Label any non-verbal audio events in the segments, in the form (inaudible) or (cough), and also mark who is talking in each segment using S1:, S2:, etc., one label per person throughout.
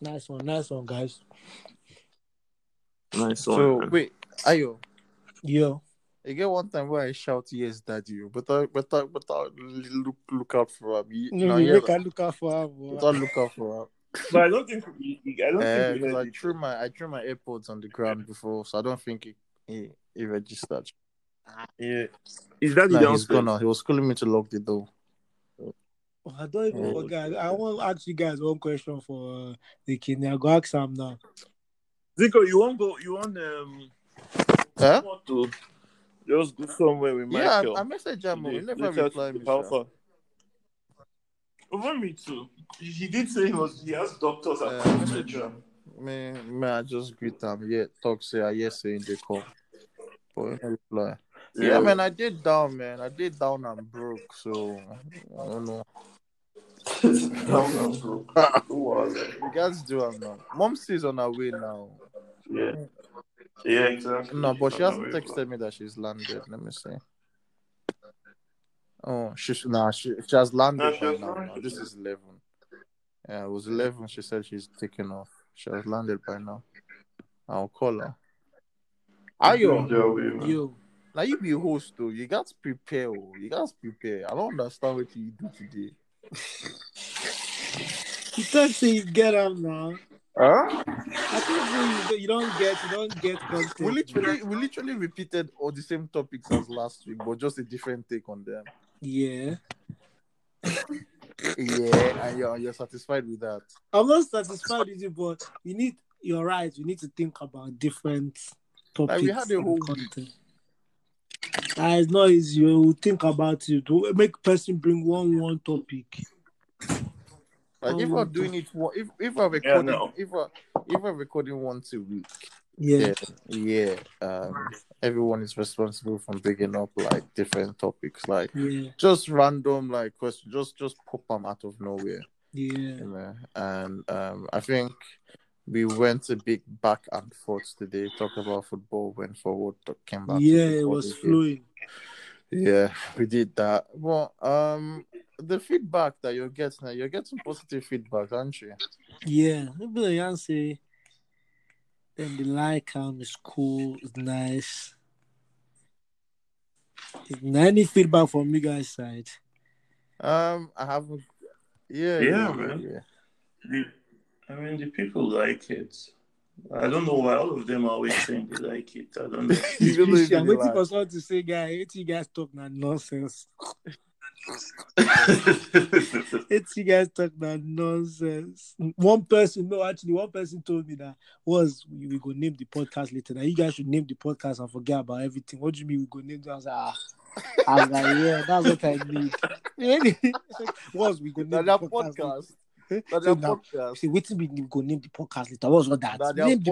S1: Nice one, nice one, guys.
S2: Nice one.
S3: So uh,
S2: man.
S3: wait, Ayo,
S1: Yo,
S3: you get one time where I shout yes, daddy, oh, but I but I but I look look out for him. You,
S1: you
S3: now, yeah,
S1: make a look out for him.
S3: but I look out
S1: (laughs)
S3: for him.
S2: but I don't think we, I don't
S3: Uh,
S2: think we
S3: 'cause
S2: heard
S3: I
S2: it.
S3: threw my I threw my AirPods on the ground before, so I don't think he he, he registered.
S2: Yeah. Is that the
S3: Nah, he's
S2: downstairs?
S3: gonna he was calling me to lock the door.
S1: Oh, I don't even
S3: Oh.
S1: forget. I want to ask you guys one question for uh, the kidney. I'll go ask Sam now.
S2: Zico, you won't go. You won't um.
S3: Huh?
S2: You want to just go somewhere with
S3: Yeah,
S2: Michael.
S3: I, I messaged him. He
S2: Today.
S3: never
S2: Reach out
S3: replied
S2: to
S3: me. sha.
S2: Alpha. Over me too. He- He did say he was. He has doctors at
S3: Yeah,
S2: the
S3: I
S2: message
S3: messaged him. Me, me, I just greet him. Yeah, talk say I yes say in the call, but he never reply. Yeah,
S2: (laughs)
S3: man, I did down, man. I did down and broke, so I don't know. (laughs)
S2: Who was it?
S3: You guys do it now. Mom is on her way now.
S2: Yeah. Yeah, exactly.
S3: No, but she hasn't
S2: Very
S3: texted me that she's landed. Let me see. Oh, she's nah, she, she has landed
S2: No,
S3: by
S2: she has
S3: now.
S2: landed.
S3: This is 11. Yeah, it was 11. She said she's taking off. She has landed by now. I'll call her.
S2: close.
S3: Ayo,
S2: Yeah, we, man.
S1: Yo,
S3: now you be host, though. You got to prepare. oh. You got to prepare. I don't understand what you do today.
S1: you talk say you get him now.
S3: Huh?
S1: I think you, you don't get, you don't get content.
S3: We literally, we literally repeated all the same topics as last week, but just a different take on them.
S1: Yeah,
S3: Yeah, and you're, you're satisfied with that.
S1: I'm not satisfied with you, but we need. You're right. We need to think about different topics.
S3: we had a
S1: and
S3: whole week.
S1: content. Ah, it's not easy. We'll think about it. We'll Make person bring one one topic.
S3: Like if
S1: Oh,
S3: I'm doing it, one- if if I'm
S2: Yeah,
S3: recording,
S2: no.
S3: if I if I'm recording once a week,
S1: Yeah.
S3: yeah, yeah, um, everyone is responsible from bringing up like different topics, like
S1: Yeah.
S3: just random like questions, just just pop them out of nowhere,
S1: Yeah.
S3: you know. And um, I think we went a big back and forth today, talked about football, went forward, talk- came back. to
S1: Yeah. It
S3: football
S1: was
S3: again.
S1: flowing.
S3: Yeah, we did that. Well, um, the feedback that you're getting, eh, you're getting positive feedback, aren't you?
S1: Yeah, maybe the young say then the like him is cool, it's nice. Is there Any feedback from you guys' side?
S3: Um, I haven't. Yeah,
S2: Yeah, man.
S3: Yeah.
S2: The- I mean, the people like it. I don't know why all of them are always saying they like it. I
S3: (laughs)
S2: don't know.
S3: You don't know if
S1: Shit, I'm
S3: they
S1: waiting
S3: like.
S1: for someone to say, guy, ain't you guys talk that nonsense? Ain't you guys talk that nonsense? One person, no, actually, one person told me that was we we go name the podcast later. That you guys should name the podcast and forget about everything. What do you mean we go name? the- I was like, ah, I was like, yeah, that's what I (laughs) need. was we go name the
S3: Now their
S1: podcast? later.
S3: podcast.
S1: (laughs)
S3: Now
S1: So
S3: their
S1: now,
S3: podcast.
S1: say wetin we go name the podcast later. What's all that?
S3: Na their
S1: name the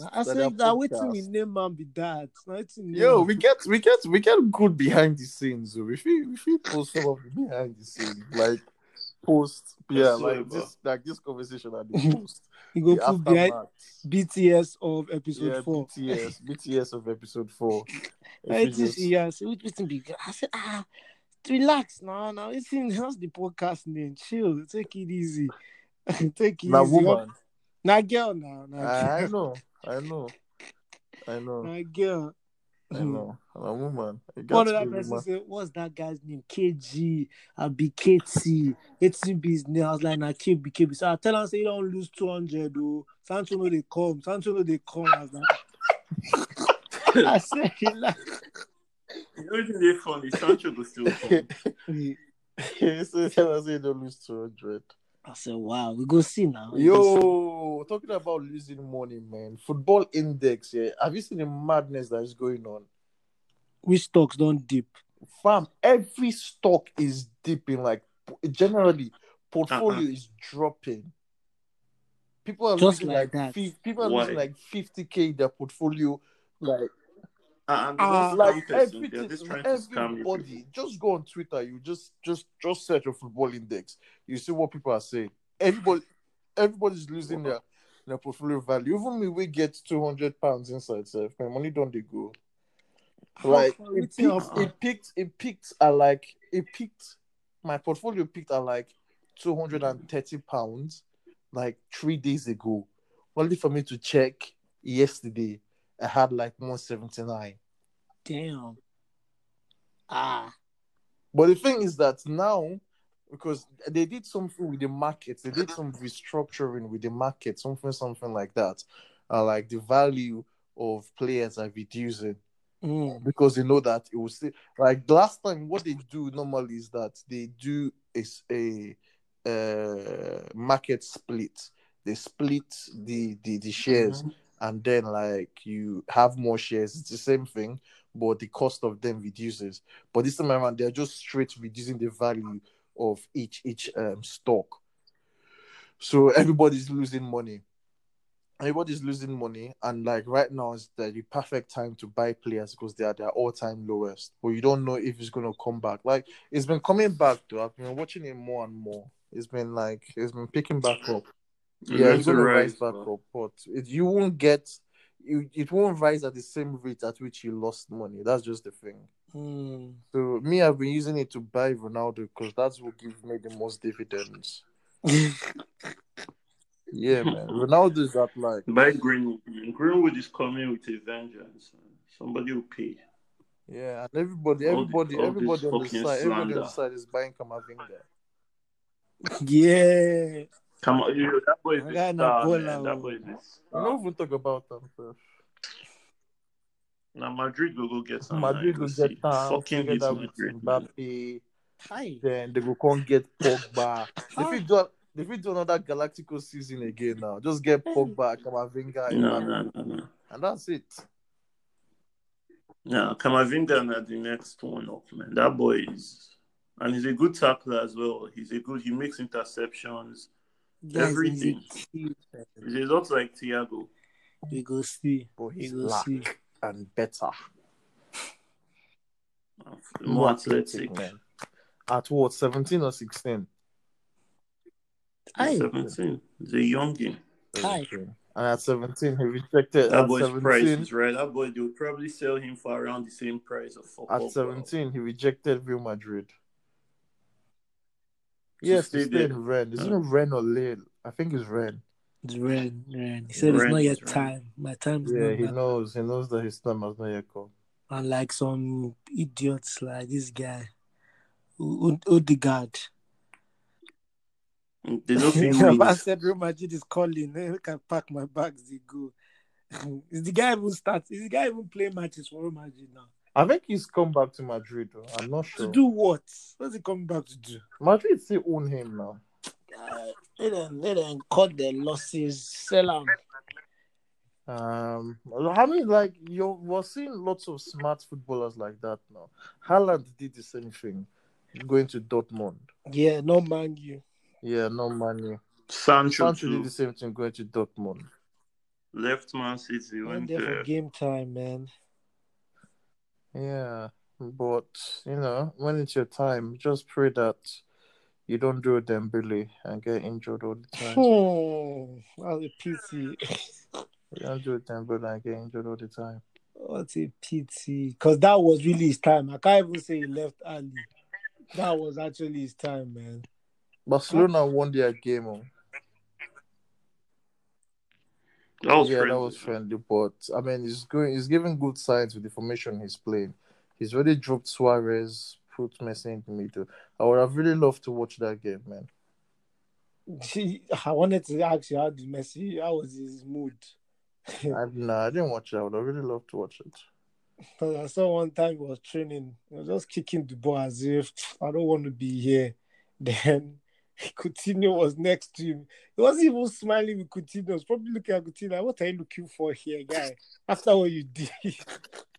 S1: podcast. na. I
S3: Na their
S1: said that wetin
S3: podcast.
S1: we name am be that. Na wetin we name
S3: Yo,
S1: am.
S3: we get we get we get good behind the scenes. If we if we post some of the behind the scenes, like post yeah,
S2: That's right,
S3: like
S2: bro.
S3: this like this conversation
S1: (laughs)
S3: at the post.
S1: we go
S3: the
S1: put behind
S3: aftermath.
S1: BTS of episode
S3: Yeah,
S1: four.
S3: BTS, BTS of episode four. If
S1: (laughs) I
S3: we
S1: just
S3: just-
S1: yeah, so which wetin be? I said ah, relax now, now. It's in how's the podcast name? Chill, take it easy. (laughs) take it
S3: Na
S1: easy.
S3: woman.
S1: Na girl now, na
S3: I I
S1: girl.
S3: know, I know,
S1: (laughs)
S3: I know,
S1: Na girl.
S3: I know. Na woman. You got
S1: One
S3: to
S1: of that
S3: be
S1: person
S3: woman.
S1: said, What's that guy's name? KG, I'll be KT, it's his name. I was like, Nah, KB, KB. So I tell him, say, You don't lose 200, though. Sancho know they come, Sancho know they come. I was like, (laughs) I said, Relax.
S2: (laughs) You know what's really funny? Sancho was
S3: (laughs)
S2: still funny.
S3: so tell us you don't lose 200.
S1: I said, Wow, we go see now. We go see.
S3: Yo, talking about losing money, man. Football index, yeah. Have you seen the madness that is going on?
S1: which stocks don't dip?
S3: Fam, every stock is dipping. Like po- generally, portfolio
S2: Uh-uh.
S3: is dropping. People are
S1: Just
S3: losing
S1: like
S3: like,
S1: that.
S3: fif- people are
S2: Why?
S3: losing like 50k in their portfolio. Like,
S2: And
S1: Ah.
S2: those
S3: like
S2: like persons, they're
S3: everything,
S2: just trying to scam you. people.
S3: everybody. Just go on Twitter. You just just just search on football index. You see what people are saying. Everybody, everybody's losing their their portfolio value. Even me, we get two hundred pounds inside. Self, my money don't they go. Like
S1: How-
S3: it
S1: wetin
S3: picked,
S1: happen?
S3: it picked, it picked at like it picked. My portfolio picked at like two hundred and thirty pounds. like three days ago. Only for me to check yesterday, I had like 179.
S1: Damn. Ah.
S3: But the thing is that now, because they did something with the market, they did some restructuring with the market, something, something like that. Uh, like the value of players are reducing
S1: Mm.
S3: because they know that it will still like last time. What they do normally is that they do is a uh, market split. They split the the, the shares and then like you have more shares. It's the same thing, but the cost of them reduces. But this time around, they're just straight reducing the value of each each um, stock. So everybody's losing money. Everybody's losing money, and like right now is the the perfect time to buy players because they are their all time lowest. But you don't know if it's gonna come back. Like it's been coming back though. I've been watching it more and more. It's been like it's been picking back up. Yeah, it's gonna rise back up, but it, you won't get you, it won't rise at the same rate at which you lost money. That's just the thing.
S1: (laughs) Mm.
S3: So me, I've been using it to buy Ronaldo because that's what gives me the most dividends. Yeah, man, Ronaldo's at like
S2: By Greenwood. Greenwood is coming with a vengeance. Somebody will pay.
S3: yeah, and everybody,
S2: All the-
S3: everybody,
S2: all this
S3: everybody on the
S2: fucking
S3: side, everybody on the
S2: slander.
S3: side is buying Kamavinga.
S1: yeah.
S2: Come on, you know, that boy is
S1: I
S2: a
S1: got no
S2: star,
S1: ball
S2: man.
S1: out.
S2: That boy is a
S3: We
S2: star.
S3: don't even talk about them. Bro.
S2: Now Madrid will go get some.
S3: Madrid will get time
S2: Fucking beat
S3: together with
S2: Madrid. man.
S3: Mbappe.
S1: Hi.
S3: then they go come get Pogba. if you do, if you do another Galactico season again now, just get Pogba, Kamavinga,
S2: No,
S3: Mbappe,
S2: no, no, no.
S3: and that's it.
S2: No, Kamavinga na the next one up, man. That boy is, and he's a good tackler as well. He's a good. He makes interceptions.
S1: Guys,
S2: Everything.
S1: we
S2: He looks like Thiago.
S1: we go see.
S3: But
S1: We
S3: he's
S1: go
S3: black
S1: see.
S3: and better,
S2: More athletic.
S3: man. At what, seventeen or sixteen?
S1: Hi.
S2: Seventeen. He's a youngin.
S1: Hi.
S3: And at seventeen, he rejected.
S2: That
S3: at
S2: boy's price
S3: seventeen,
S2: is right. That boy, they'll probably sell him for around the same price of football.
S3: at seventeen, he rejected Real Madrid.
S2: To
S3: Yes,
S2: stay
S3: he stayed
S2: there.
S3: in Ren. Isn't it Ren or Lille? I think it's Ren.
S1: It's Ren, Ren. He said it's
S2: Ren,
S1: not yet
S2: Ren.
S1: time. My time is
S3: Yeah,
S1: not
S3: he
S1: now.
S3: knows. He knows that his time has not yet come.
S1: Unlike some idiots like this guy, U- U- Odegaard.
S2: They
S3: (laughs)
S2: don't fit
S1: Yeah, man
S2: wins.
S1: said Real Madrid is calling. eh, Look, I pack my bags. They go. (laughs) is the guy even start? Is the guy even play matches for Real Madrid now?
S3: I think he's come back to Madrid. Though. I'm not sure.
S1: To do what? What's he coming back to do?
S3: Madrid still own him now.
S1: Uh, let them, let them cut their losses. Sell them.
S3: Um, I mean, like you we're seeing lots of smart footballers like that now. Haaland did the same thing, going to Dortmund.
S1: Yeah, no man, you.
S3: Yeah, no money.
S2: Sancho,
S3: Sancho did
S2: too.
S3: the same thing, going to Dortmund.
S2: left Man City
S1: Not
S2: went uh,
S1: there for
S2: there.
S1: game time, man.
S3: Yeah, but you know, when it's your time, just pray that you don't do a Dembele and get injured all the time.
S1: Hmm, what a pity.
S3: You don't do a Dembele and get injured all the time.
S1: What a pity. Because that was really his time. I can't even say he left early. That was actually his time, man. (laughs)
S3: Barcelona won their game. oh.
S2: That was
S3: yeah,
S2: crazy.
S3: that was friendly, but I mean, he's going, he's giving good signs with the formation he's playing. He's already dropped Suarez, put Messi in the middle. I would have really loved to watch that game, man.
S1: Gee, I wanted to ask you how did Messi, how was his mood?
S3: I nah, I didn't watch it. I would have really loved to watch it.
S1: 'Cause I saw one time he was training, he was just kicking the ball as if I don't want to be here. (laughs) Then Coutinho was next to him. He wasn't even smiling with Coutinho. He was probably looking at Coutinho. like, What are you looking for here, guy? After what you did,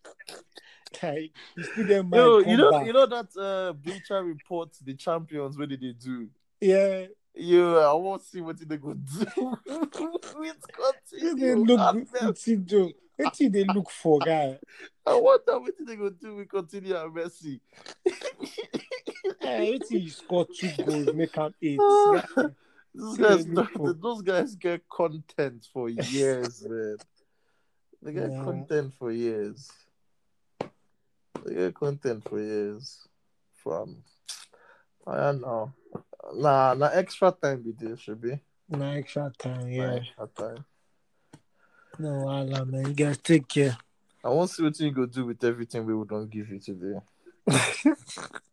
S1: (laughs) like you still get mind.
S3: Yo, you
S1: come
S3: know,
S1: back.
S3: you know that uh, Bleacher Report, the champions, what did they do?
S1: yeah,
S3: Yeah, I want to see what they go do (laughs) with
S1: you they
S3: continue.
S1: look Coutinho. What did they look for, guy?
S3: I wonder what they go do with continue and Messi.
S1: Hey, what you score two goals, make him
S3: (laughs)
S1: eight.
S3: Ah, those
S1: See the
S3: guys,
S1: loophole.
S3: (laughs) those guys get content for years,
S1: (laughs)
S3: man. They get
S1: Yeah.
S3: content for years. They get content for years. From I don't know. Nah, nah. Extra time be there should be.
S1: Nah, extra time, yeah.
S3: Like, at time.
S1: No, Allah, man. You guys take care.
S3: I want to see what you go do with everything we don't give you today.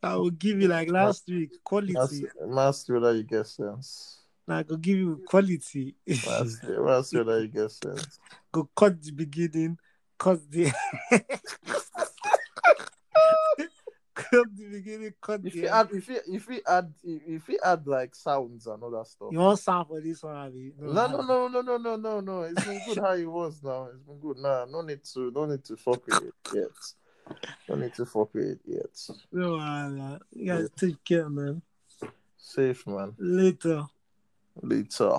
S1: I will give you like last week
S3: That's,
S1: quality.
S3: that's whether you get sense.
S1: Nah, I go give you quality.
S3: That's, that's whether you get sense.
S1: go cut the beginning, cut the (laughs) cut the beginning, cut
S3: If
S1: the
S3: you
S1: end.
S3: add, if you if you add, if you add like sounds and all that stuff.
S1: You want sound for this one, Abi?
S3: No, no, no, no, no, no, no, no. It's been good how it was now. It's been good. Nah, no need to, no need to fuck with it yet. No need to fuck with it yet.
S1: No, Allah. You guys take care, man.
S3: Safe, man.
S1: Later.
S3: Later.